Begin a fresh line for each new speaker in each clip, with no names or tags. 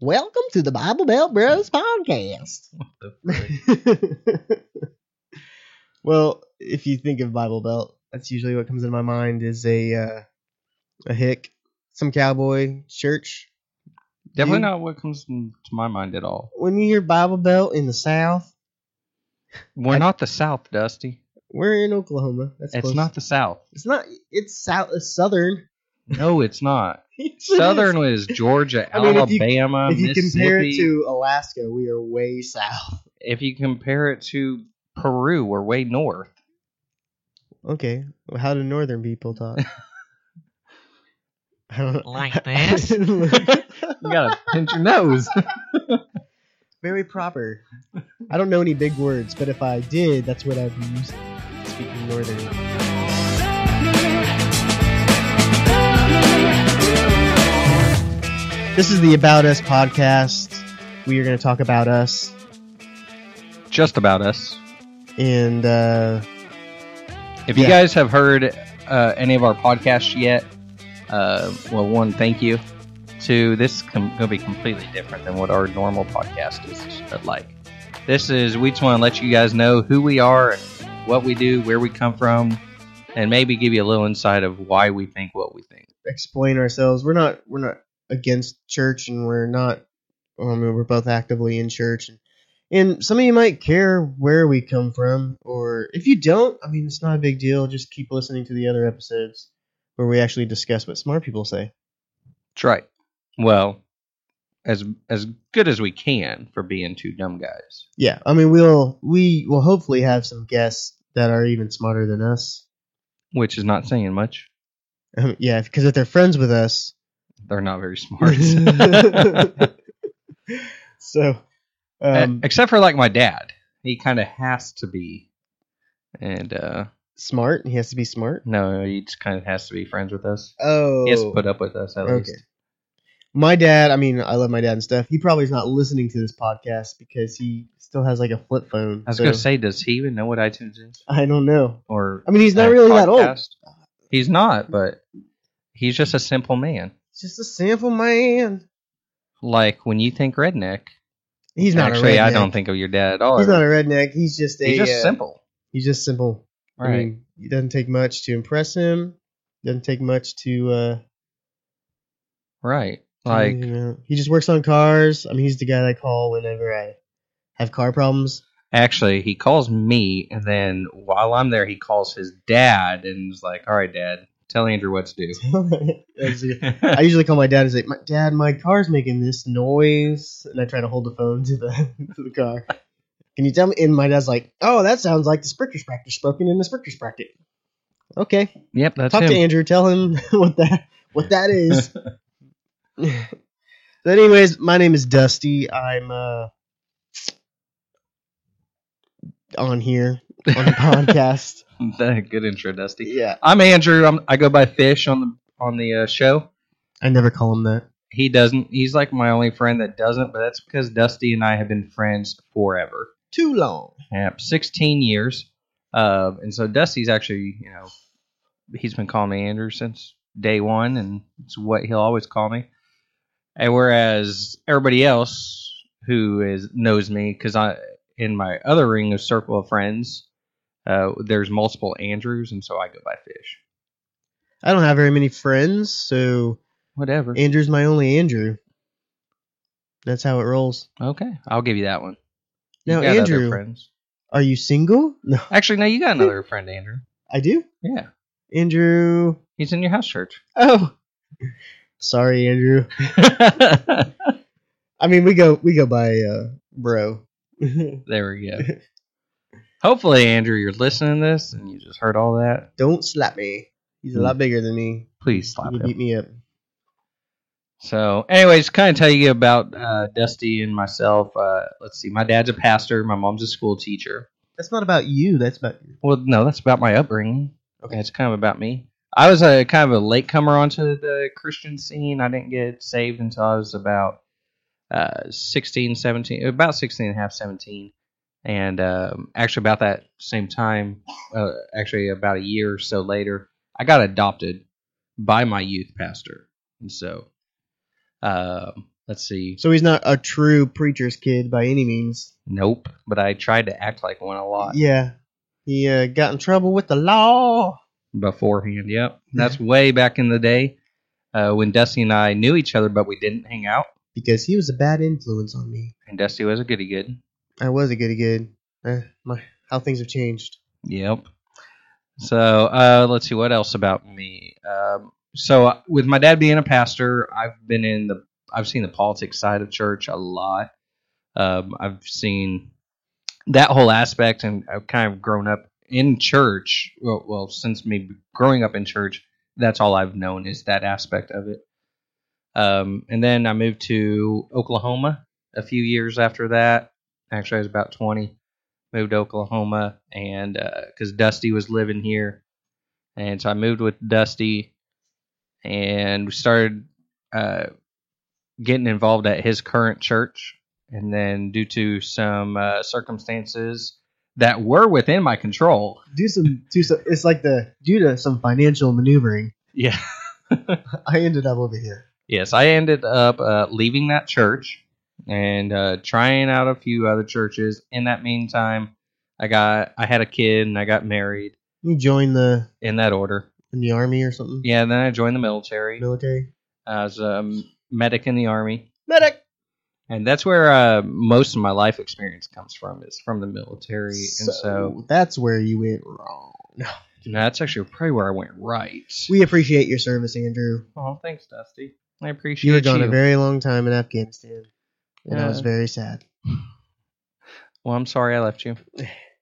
Welcome to the Bible Belt Bros podcast.
What the frick?
well, if you think of Bible Belt, that's usually what comes into my mind is a uh, a hick, some cowboy church.
Definitely
Dude.
not what comes to my mind at all.
When you hear Bible Belt in the South,
We're
I-
not the South, Dusty.
we're in Oklahoma. That's
it's
close.
not the South.
It's not. It's south. It's southern.
No, it's not.
Yes, it is.
Southern is Georgia,
I mean, if you-
Alabama,
If you
Mississippi.
compare it to Alaska, we are way south.
if you compare it to Peru, we're way north.
Okay, well, how do northern people talk? I don't
Like this?
You gotta pinch your nose.
Very proper. I don't know any big words, but if I did, that's what I'd be using. Speaking northern. This is the About Us podcast. We are going to talk about us
Just about us.
and uh,
If you
Yeah.
guys have heard uh, any of our podcasts yet, uh, well, one, thank you. Two, this is com- going to be completely different than what our normal podcast is uh, like. This is, we just want to let you guys know who we are, what we do, where we come from, and maybe give you a little insight of why we think what we think.
explain ourselves. We're not we're not against church, and we're not. I mean, we're both actively in church, and, and some of you might care where we come from, or if you don't, I mean, it's not a big deal. Just keep listening to the other episodes where we actually discuss what smart people say.
That's right. Well, as as good as we can for being two dumb guys.
Yeah, I mean, we'll we will hopefully have some guests that are even smarter than us.
which is not saying much.
Um, yeah, because if they're friends with us,
They're not very smart.
so
Um,
um,
Except for like my dad. He kind of has to be. And uh
smart, he has to be smart.
no, he just kind of has to be friends with us.
Oh,
He has to put up with us at
Okay.
least.
my dad i mean i love my dad and stuff he probably is not listening to this podcast because he still has like a flip phone
I was
so
going to say, does he even know what iTunes is?
i don't know
Or
i mean Oh, he's not
uh,
really that old
podcast? He's not, but he's just a simple man.
he's just a sample man
Like when you think redneck,
he's not
actually,
a redneck.
I don't think of your dad at all.
he's not a redneck he's just a
He's just
uh,
simple.
he's just simple
Right.
i mean it doesn't take much to impress him doesn't take much to uh
right.
to,
Like
you know, he just works on cars i mean he's the guy that i call whenever i have car problems
Actually, he calls me, and then while I'm there, he calls his dad and is like, "All right, Dad, tell Andrew what to do."
That's it. I usually call my dad and say, my, "Dad, my car's making this noise," and I try to hold the phone to the to the car. Can you tell me? And my dad's like, "Oh, that sounds like the Spricker Spractor spoken in the Spricker Spractor." Okay,
yep, that's
talk to
him.
Andrew. Tell him what that what that is. so, anyways, my name is Dusty. I'm uh on here on the podcast.
Good intro, Dusty.
Yeah,
I'm Andrew. I'm, I go by Fish on the on the uh, show.
I never call him that.
He doesn't. He's like my only friend that doesn't, but that's because Dusty and I have been friends forever.
Too long.
Yep, 16 years. Uh, and so Dusty's actually, you know, he's been calling me Andrew since day one, and it's what he'll always call me. And whereas everybody else who is knows me, because I in my other ring of circle of friends, uh, there's multiple Andrews, and so I go by Fish.
I don't have very many friends, so
Whatever.
Andrew's my only Andrew. That's how it rolls.
okay, I'll give you that one.
Now,
got other
Andrew-
friends.
Are you single? No,
Actually, no, you got another friend, Andrew.
I do.
Yeah,
Andrew.
he's in your house church.
Oh, sorry, Andrew.
there
I mean, we go we go by uh, bro.
we go. Hopefully, Andrew, you're listening to this and you just heard all that.
Don't slap me. He's a lot bigger than me.
Please Mm. slap
He
him.
beat me up.
So, anyways, kind of tell you about uh, Dusty and myself. Uh, let's see. My dad's a pastor. My mom's a school teacher.
That's not about you. That's about
Well, no, that's about my upbringing.
Okay.
Okay, it's kind of about me. I was a kind of a latecomer onto the Christian scene. I didn't get saved until I was about uh, 16, 17, about 16 and a half, 17. And um, actually, about that same time, uh, actually, about a year or so later, I got adopted by my youth pastor. And so um, Let's see.
So he's not a true preacher's kid by any means.
Nope. But I tried to act like one a lot
Yeah. He uh, got in trouble with the law.
beforehand. Yep. That's way back in the day uh, when Dusty and I knew each other, but we didn't hang out.
Because he was a bad influence on me.
And Dusty was a goody good.
I was a goody good. Uh, my, how things have changed.
Yep. So uh, let's see what else about me. Um, so uh, with my dad being a pastor, I've been in the I've seen the politics side of church a lot. Um, I've seen that whole aspect, and I've kind of grown up in church. Well, well, since me growing up in church, that's all I've known is that aspect of it. Um, and then I moved to Oklahoma a few years after that. Actually, I was about twenty moved to Oklahoma, and because Dusty was living here, and so I moved with Dusty, and we started uh, getting involved at his current church, and then due to some uh, circumstances that were within my control,
do some do some it's like the due to some financial maneuvering
yeah,
i ended up over here
yes, I ended up uh, leaving that church and uh, trying out a few other churches. In that meantime, I got I had a kid and I got married
you joined the
in that order.
in the army or something
Yeah, and then I joined the military.
military
as a medic in the army,
medic
and that's where uh, most of my life experience comes from is from the military, and so
that's where you went wrong
and that's actually probably where I went right.
we appreciate your service andrew
oh, thanks, Dusty. I
you
appreciate
were
you.
gone a very long time in afghanistan and i was
Yeah.
very sad
well, I'm sorry I left you.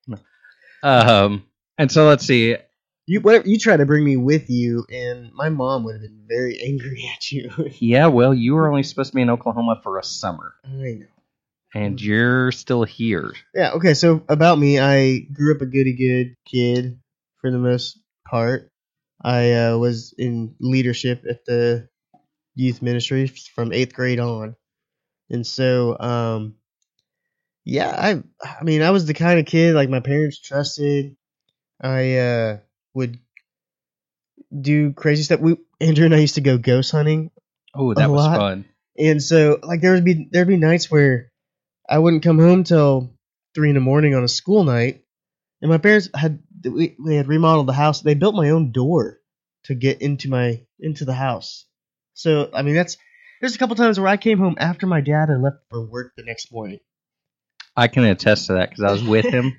No. um, and so let's see.
you whatever you tried to bring me with you and my mom would have been very angry at you
Yeah, well, you were only supposed to be in Oklahoma for a summer,
i know Mm.
and you're still here.
Yeah, okay, so about me, I grew up a goody good kid for the most part. I uh, was in leadership at the youth ministry from eighth grade on. And so, um, yeah, I I mean, I was the kind of kid like my parents trusted. I uh, would do crazy stuff. We Andrew and I used to go ghost hunting
Oh, that
A
was
lot.
fun.
and so like there would be there'd be nights where I wouldn't come home till three in the morning on a school night, and my parents had we, they had remodeled the house. They built my own door to get into my into the house. So I mean that's there's a couple times where I came home after my dad had left for work the next morning.
I can attest to that because I was with him.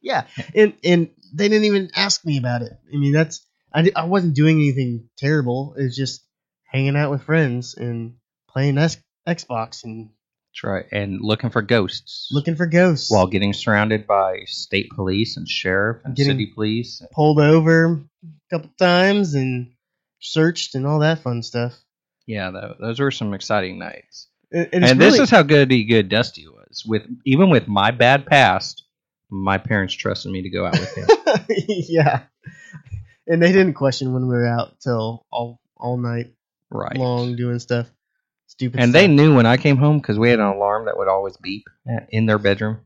Yeah, and and they didn't even ask me about it. I mean that's I di- I wasn't doing anything terrible. It was just hanging out with friends and playing X- Xbox and
That's right, and looking for ghosts.
looking for ghosts.
while getting surrounded by state police and sheriff and
Getting-
city police.
pulled over a couple times and searched and all that fun stuff.
Yeah, tho- those were some exciting nights.
And,
And,
and it's
this
really-
is how good he good Dusty was. With even with my bad past, my parents trusted me to go out with him.
yeah. And they didn't question when we were out till all all night
right.
long doing stuff, stupid.
and
stuff.
they knew when I came home because we had an alarm that would always beep in their bedroom.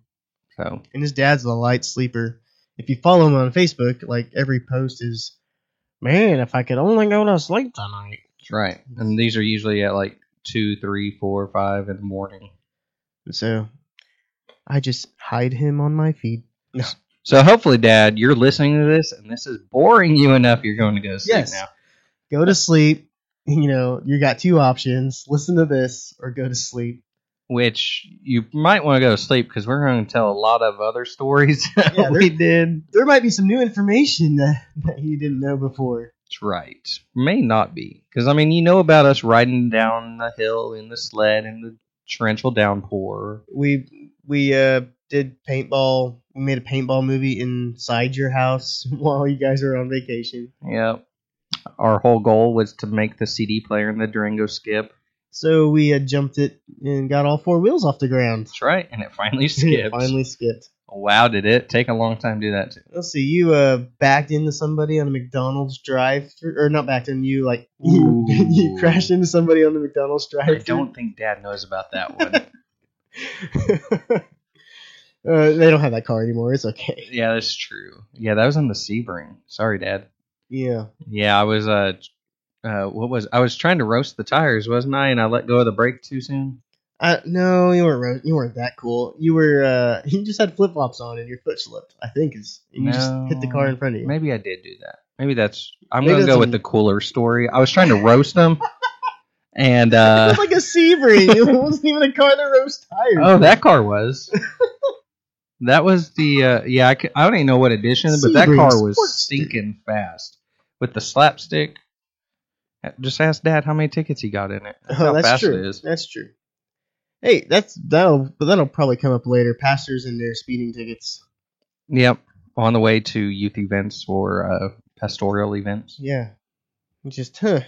So
and his dad's a light sleeper. If you follow him on Facebook, like every post is, man, if I could only go to sleep tonight.
that's right. And these are usually at like two, three, four, five in the morning.
So, I just hide him on my feed.
So hopefully, Dad, you're listening to this, and this is boring you enough. You're going to go to sleep
Yes.
now.
Go to sleep. You know, you got two options: listen to this or go to sleep.
which you might want to go to sleep because we're going to tell a lot of other stories that
Yeah,
we did.
there might be some new information that, that you didn't know before.
That's right. May not be because I mean you know about us riding down the hill in the sled in the torrential downpour.
We we uh did paintball. We made a paintball movie inside your house while you guys were on vacation.
Yep. Our whole goal was to make the CD player and the Durango skip.
So we uh, jumped it and got all four wheels off the ground.
That's right, and it finally
It
skipped.
Finally skipped.
Wow, did it take a long time to do that too?
Let's see. You uh backed into somebody on a McDonald's drive, or not backed in. You like you,
Ooh.
you crashed into somebody on the McDonald's drive.
I don't think Dad knows about that one.
uh, they don't have that car anymore. It's okay.
yeah, that's true. Yeah, that was on the Sebring. Sorry, Dad.
Yeah.
Yeah, I was uh uh, what was I was trying to roast the tires, wasn't I? And I let go of the brake too soon.
Uh, no, you weren't. ro- You weren't that cool. You were. Uh, you just had flip flops on, and your foot slipped. I think is you just hit the car in front of you.
Maybe I did do that. Maybe that's. I'm
Maybe
gonna
that's
go
a-
with the cooler story. I was trying to roast them, and
it
uh,
was like a Sebring. it wasn't even a car that roast tires.
oh, that car was. that was the uh, yeah. I, c- I don't even know what edition, but that
Sebring
car was
Sportster.
stinking fast with the slapstick. Just ask Dad how many tickets he got in it. That's how
Oh, that's
fast
true.
it is.
That's true. Hey, that's that'll but that'll probably come up later. Pastors and their speeding tickets.
Yep, on the way to youth events or uh, pastoral events.
Yeah, just huh.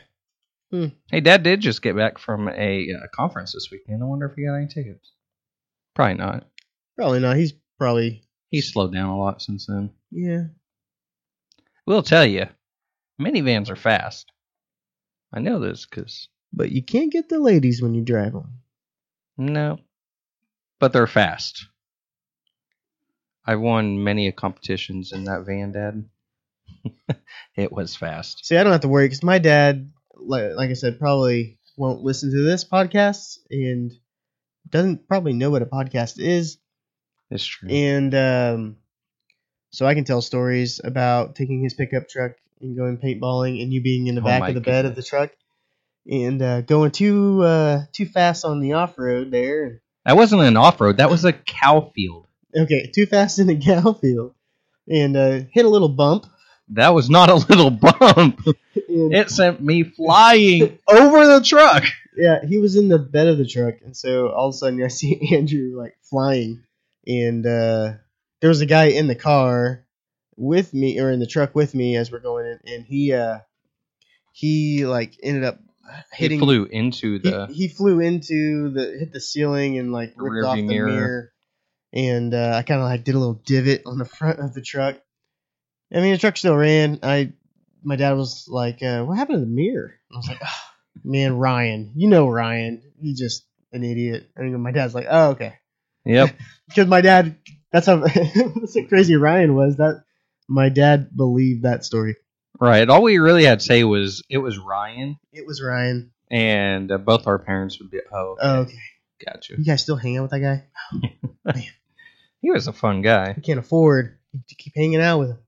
Hey, Dad did just get back from a uh, conference this weekend. I wonder if he got any tickets. Probably not.
Probably not. He's probably
He's slowed down a lot since then.
yeah.
We'll tell you, minivans are fast. I know this because
But you can't get the ladies when you drive them.
no, but they're fast. I've won many a competitions in that van, Dad. it was fast.
See, I don't have to worry because my dad, like, like I said, probably won't listen to this podcast and doesn't probably know what a podcast is.
It's true.
And um, so I can tell stories about taking his pickup truck and going paintballing and you being in the
Oh
back
my
of the bed of the truck and uh, going too uh, too fast on the off road there.
That wasn't an off road. That was a cow field.
Okay, too fast in the cow field and uh, hit a little bump.
That was not a little bump.
And,
It sent me flying over the truck.
Yeah, he was in the bed of the truck, and so all of a sudden I see Andrew like flying, and uh, there was a guy in the car with me or in the truck with me as we're going in, and he uh, he like ended up hitting.
He flew into
he-
the.
he flew into the hit the ceiling and like
The
ripped
rearview
off the mirror,
mirror.
and uh, I kind of like did a little divot on the front of the truck. I mean, the truck still ran. I my dad was like, uh, "What happened to the mirror?" I was like, oh, "Man, Ryan, you know Ryan, he's just an idiot." And my dad's like, "Oh, okay,"
Yep.
because my dad. That's how that's how crazy Ryan was. That my dad believed that story.
right. All we really had to say was it was Ryan,
It was Ryan.
and uh, both our parents would be. Oh,
Oh, okay.
gotcha.
You guys still hang out with that guy?
He was a fun guy.
I can't afford to keep hanging out with him.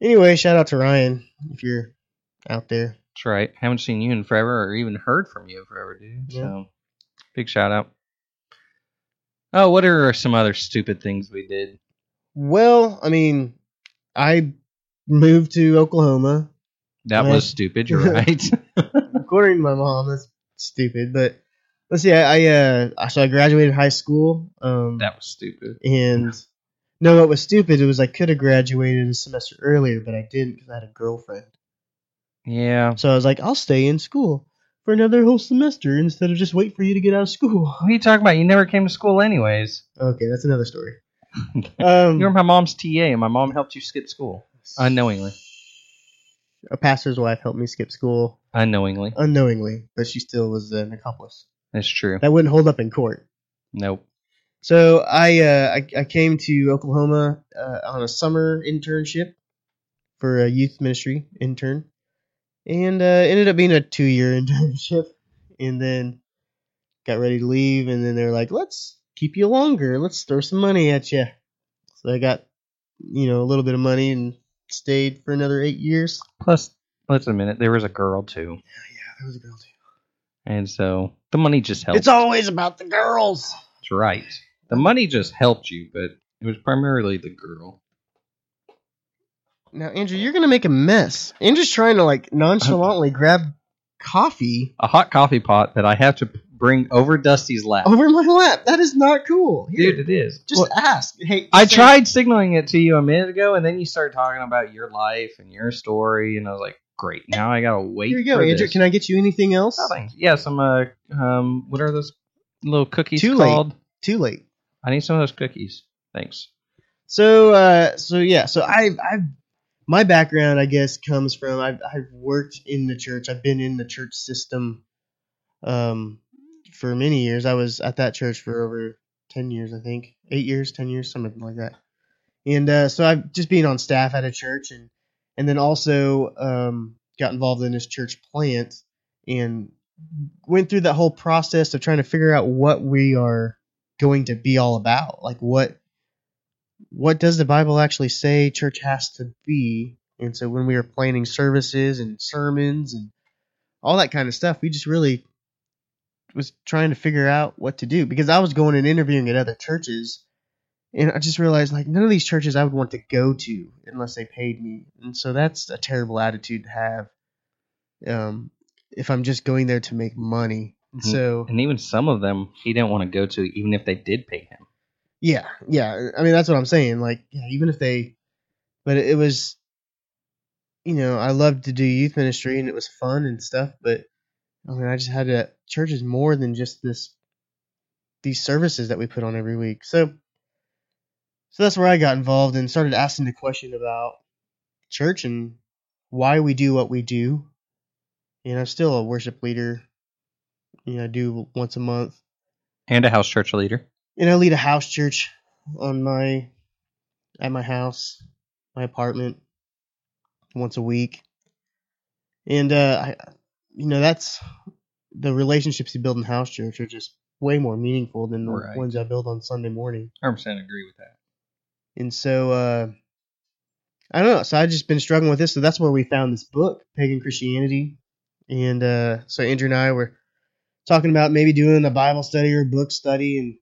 Anyway, shout out to Ryan if you're out there.
That's right. Haven't seen you in forever, or even heard from you in forever, dude.
Yeah.
So, big shout out. Oh, what are some other stupid things we did?
Well, I mean, I moved to Oklahoma.
That
Right.
was stupid. You're right.
According to my mom, that's stupid, but let's see. I, I uh, so I graduated high school. Um,
that was stupid.
and no, what was stupid? It was I could have graduated a semester earlier, but I didn't because I had a girlfriend.
Yeah.
So I was like, I'll stay in school for another whole semester instead of just wait for you to get out of school.
What are you talking about? You never came to school, anyways.
Okay, that's another story. Um,
You were my mom's TA, and my mom helped you skip school unknowingly.
a pastor's wife helped me skip school
Unknowingly.
unknowingly, but she still was an accomplice.
That's true.
That wouldn't hold up in court.
Nope.
So I uh, I, I came to Oklahoma uh, on a summer internship for a youth ministry intern, and uh, ended up being a two year internship, and then got ready to leave, and then they were like, let's keep you longer, let's throw some money at you. So I got you know a little bit of money and stayed for another eight years.
Plus, let's admit it, there was a girl too,
Yeah, that was a girl too.
and so the money just helped.
It's always about the girls.
That's right. The money just helped you, but it was primarily the girl.
Now, Andrew, you're gonna make a mess. Andrew's trying to like nonchalantly grab coffee
A hot coffee pot that I have to bring over Dusty's lap.
over my lap. That is not cool. Oh, Here,
Dude, it is.
just
Well,
ask. Hey,
I
say-
tried signaling it to you a minute ago, and then you started talking about your life and your story, and I was like, "Great, now I gotta wait."
Here you go,
for
Andrew.
this.
Can I get you anything else?
Oh, thanks. Yeah, some uh, um, what are those little cookies
Too late.
called?
Too late.
I need some of those cookies. Thanks.
So, uh, so yeah. So I, I, my background, I guess, comes from I've I've worked in the church. I've been in the church system, um, for many years. I was at that church for over ten years, I think, eight years, ten years, something like that. And uh, so I've just been on staff at a church, and and then also um, got involved in his church plant and went through that whole process of trying to figure out what we are going to be all about. Like what what does the Bible actually say church has to be? And so when we were planning services and sermons and all that kind of stuff, we just really was trying to figure out what to do because I was going and interviewing at other churches and I just realized like none of these churches I would want to go to unless they paid me. And so that's a terrible attitude to have. Um, if I'm just going there to make money. And
Mhm.
So
And even some of them he didn't want to go to, even if they did pay him.
Yeah, yeah. I mean, that's what I'm saying. Like, yeah, even if they, but it was, you know, I loved to do youth ministry and it was fun and stuff. But I mean, I just had to church is more than just this, these services that we put on every week. So, so that's where I got involved and started asking the question about church and why we do what we do. And I'm still a worship leader. You know, I do once a month
And a house church leader.
and I lead a house church on my at my house, my apartment, once a week. And uh, I, you know, that's the relationships you build in house church are just way more meaningful than the
Right.
ones I build on Sunday morning.
100% agree with that.
And so uh, I don't know. So I've just been struggling with this. So that's where we found this book, Pagan Christianity. And uh, so Andrew and I were talking about maybe doing a Bible study or book study and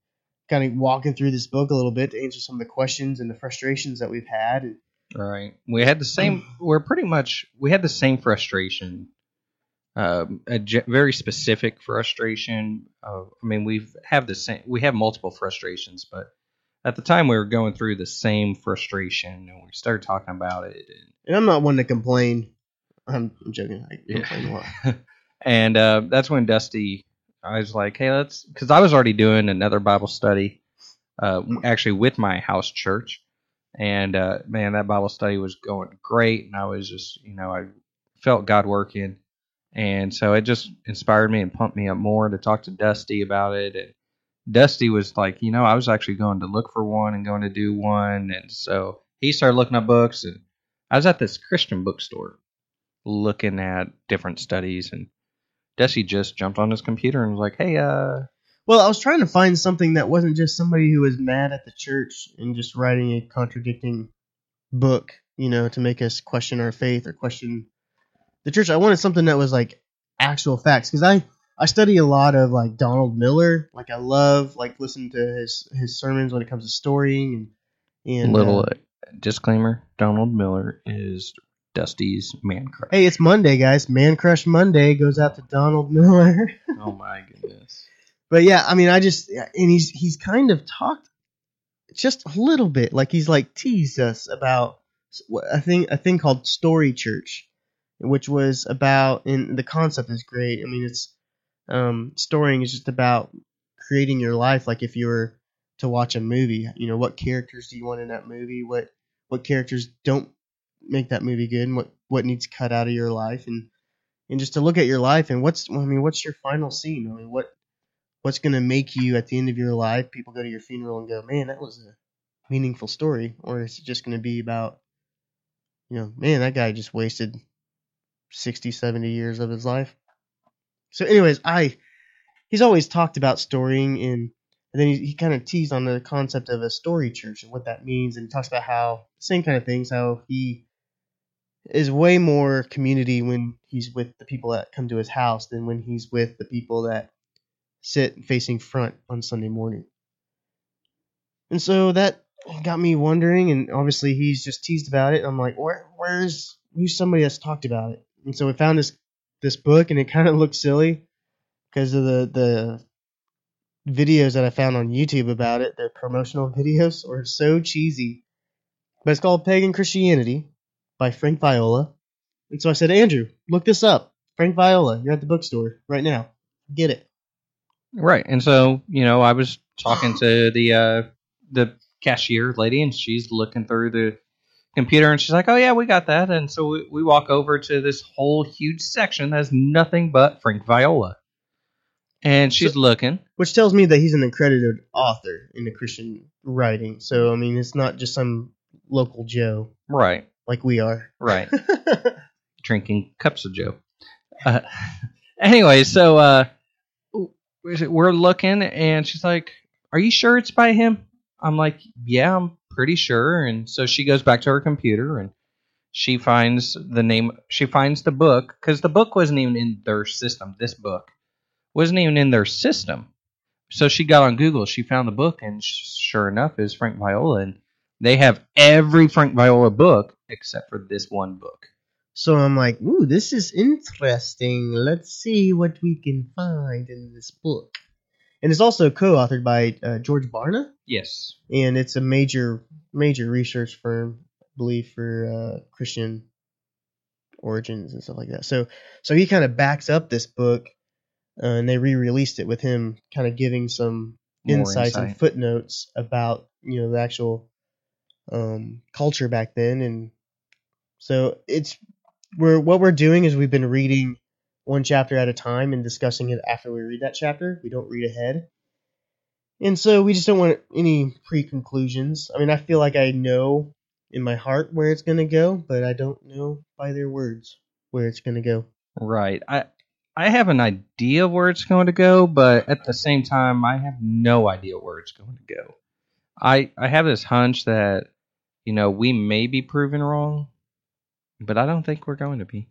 kind of walking through this book a little bit to answer some of the questions and the frustrations that we've had. And
Right. We had the same. We're pretty much. We had the same frustration. Um, a ge- very specific frustration. Of, I mean, we've have the same. We have multiple frustrations, but at the time we were going through the same frustration, and we started talking about it.
and I'm not one to complain. I'm, I'm joking. I
Yeah.
complain a lot.
And, and uh, that's when Dusty. I was like, hey, let's. Because I was already doing another Bible study, uh, actually with my house church, and uh, man, that Bible study was going great, and I was just, you know, I felt God working. And so it just inspired me and pumped me up more to talk to Dusty about it. And Dusty was like, you know, I was actually going to look for one and going to do one. And so he started looking at books. And I was at this Christian bookstore looking at different studies. And Dusty just jumped on his computer and was like, hey, uh,
Well, I was trying to find something that wasn't just somebody who was mad at the church and just writing a contradicting book, you know, to make us question our faith or question the church. I wanted something that was like actual facts because I I study a lot of like Donald Miller. Like I love like listening to his his sermons when it comes to storying and and
little
uh,
uh, disclaimer Donald Miller is Dusty's man crush.
hey, it's Monday, guys. Man Crush Monday goes out to Donald Miller.
Oh, my goodness.
But yeah, I mean, I just yeah, and he's he's kind of talked just a little bit, like he's like teased us about s- what- a thing a thing called story church, which was about and the concept is great. I mean, it's um, storying is just about creating your life. Like if you were to watch a movie, you know, what characters do you want in that movie? What what characters don't make that movie good, and what what needs cut out of your life, and and just to look at your life and what's I mean, what's your final scene? I mean, what what's going to make you at the end of your life people go to your funeral and go man that was a meaningful story or is it just going to be about you know man that guy just wasted 60 70 years of his life so anyways i he's always talked about storying and, and then he, he kind of teased on the concept of a story church and what that means and talks about how same kind of things how he is way more community when he's with the people that come to his house than when he's with the people that sit facing front on Sunday morning. And so that got me wondering, and obviously he's just teased about it. and I'm like, where, where's who's somebody that's talked about it? And so we found this this book, and it kind of looked silly because of the the videos that I found on YouTube about it. The promotional videos were so cheesy, but it's called Pagan Christianity by Frank Viola. And so I said, Andrew, look this up. Frank Viola, you're at the bookstore right now. Get it.
Right. And so, you know, I was talking to the uh the cashier lady and she's looking through the computer and she's like, "Oh yeah, we got that." And so we, we walk over to this whole huge section that's nothing but Frank Viola. And she's looking.
which tells me that he's an accredited author in the Christian writing. So I mean, it's not just some local Joe
Right.
like we are.
Right. drinking cups of Joe. Uh, anyway, so uh, is it- we're looking, and she's like, "Are you sure it's by him?" I'm like, "Yeah, I'm pretty sure." And so she goes back to her computer and she finds the name. She finds the book because the book wasn't even in their system. This book wasn't even in their system. So she got on Google. She found the book, and sh- sure enough, it was Frank Viola. And they have every Frank Viola book except for this one book.
So I'm like, ooh, this is interesting. Let's see what we can find in this book. And it's also co-authored by uh, George Barna,
Yes.
and it's a major, major research firm, I believe, for uh, Christian origins and stuff like that. So, so he kind of backs up this book, uh, and they re-released it with him, kind of giving some
More
insights
insight.
and footnotes about you know the actual um, culture back then, and so it's we're what we're doing is we've been reading one chapter at a time and discussing it after we read that chapter. We don't read ahead, and so we just don't want any pre-conclusions. I mean, I feel like I know in my heart where it's gonna go, but I don't know by their words where it's gonna go.
Right. I I have an idea of where it's going to go, but at the same time, I have no idea where it's going to go. I I have this hunch that you know we may be proven wrong, but I don't think we're going to be.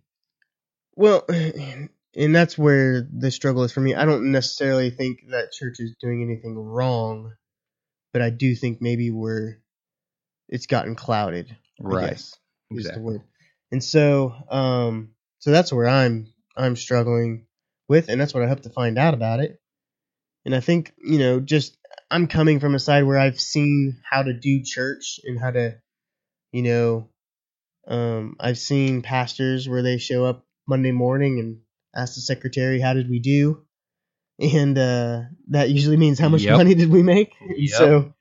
Well, and that's where the struggle is for me. I don't necessarily think that church is doing anything wrong, but I do think maybe we're it's gotten clouded. I guess, is the word. And so, um, so that's where I'm I'm struggling with, and that's what I hope to find out about it. And I think you know, just I'm coming from a side where I've seen how to do church and how to, you know, um, I've seen pastors where they show up Monday morning and ask the secretary, "How did we do?" And uh, that usually means how much
Yep.
money did we make. And
Yep.
So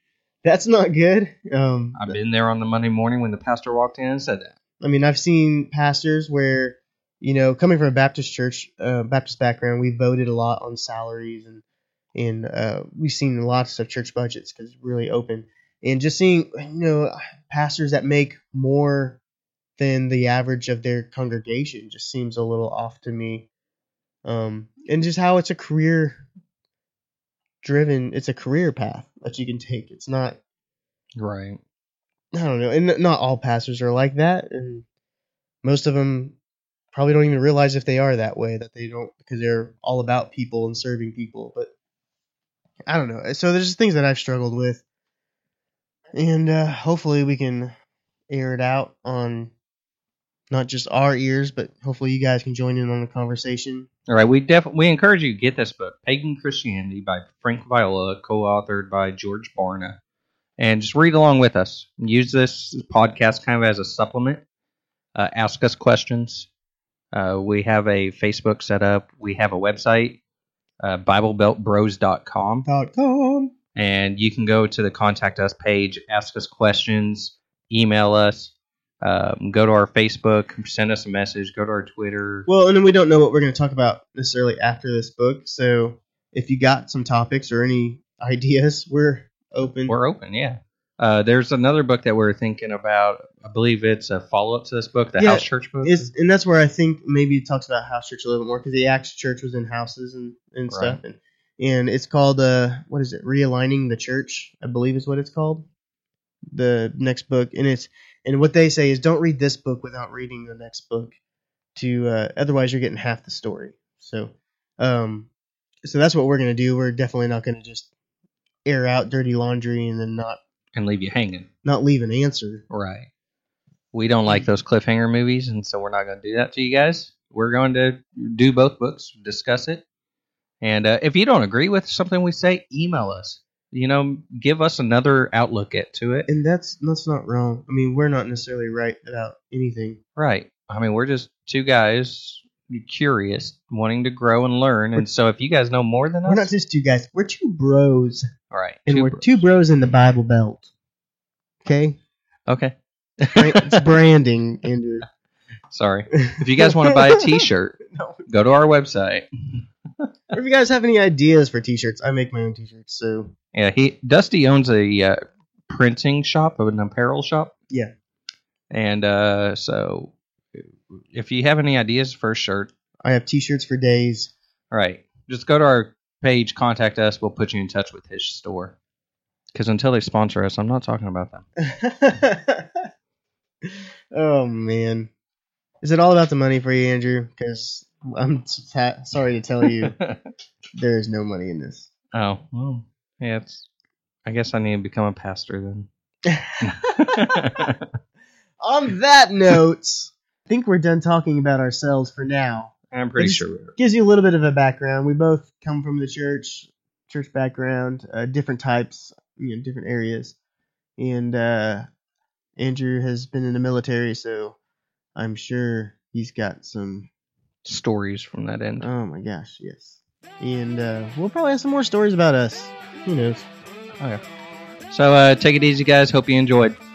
that's not good. Um,
I've been there on the Monday morning when the pastor walked in and said that.
I mean, I've seen pastors where, you know, coming from a Baptist church, uh, Baptist background, we voted a lot on salaries and and uh, we've seen lots of church budgets because it's really open. And just seeing, you know, pastors that make more than the average of their congregation just seems a little off to me. Um, and just how it's a career driven, it's a career path that you can take. It's not
Right.
I don't know, and n- not all pastors are like that, and most of them probably don't even realize if they are that way that they don't because they're all about people and serving people. But I don't know. So there's just things that I've struggled with, and uh, hopefully we can air it out on not just our ears, but hopefully you guys can join in on the conversation.
All right, we def- we encourage you to get this book, Pagan Christianity by Frank Viola, co-authored by George Barna, and just read along with us. Use this podcast kind of as a supplement. Uh, ask us questions. Uh, we have a Facebook set up. We have a website, uh, BibleBeltBros.com,
Dot com.
and you can go to the contact us page, ask us questions, email us, um, go to our Facebook, send us a message, go to our Twitter.
Well, and then we don't know what we're going to talk about necessarily after this book. So if you got some topics or any ideas, we're open.
We're open, yeah. Uh, there's another book that we're thinking about. I believe it's a follow up to this book, the
Yeah,
House Church book.
It's, and that's where I think maybe it talks about house church a little bit more because the Acts church was in houses and, and stuff. And, and it's called, uh, what is it? Realigning the Church, I believe is what it's called. The next book. And it's and what they say is don't read this book without reading the next book to uh, otherwise you're getting half the story. So um, so that's what we're going to do. We're definitely not going to just air out dirty laundry and then not
and leave you hanging.
not leave an answer.
Right. We don't like
Mm-hmm.
those cliffhanger movies, and so we're not going to do that to you guys. We're going to do both books, discuss it. And uh, if you don't agree with something we say, email us. You know, give us another outlook at to it.
And that's that's not wrong. I mean, we're not necessarily right about anything.
Right. I mean, we're just two guys curious, wanting to grow and learn. And so if you guys know more than
We're not
us,
just two guys. We're two bros,
all right.
and
two
we're
bros.
two bros in the Bible Belt. Okay,
Okay.
Bra- it's branding, Andrew.
Sorry. If you guys want to buy a T-shirt,
No.
go to our website.
Or if you guys have any ideas for T-shirts, I make my own T-shirts. So
Yeah, he Dusty owns a uh, printing shop, an apparel shop.
Yeah.
and uh, so if you have any ideas for a shirt,
I have T-shirts for days.
all right, just go to our page, contact us. We'll put you in touch with his store. Because until they sponsor us, I'm not talking about them.
oh man, is it all about the money for you, Andrew? Because I'm ta- sorry to tell you, there is no money in this.
oh, well, yeah. It's, I guess I need to become a pastor then.
On that note, I think we're done talking about ourselves for now.
I'm pretty
It's-
sure. we are.
Gives you a little bit of a background. We both come from the church, church background, uh, different types, you know, different areas. And uh, Andrew has been in the military, so I'm sure he's got some
Stories from that end.
Oh my gosh, yes. And uh, we'll probably have some more stories about us. Who knows?
So uh, take it easy, guys. Hope you enjoyed.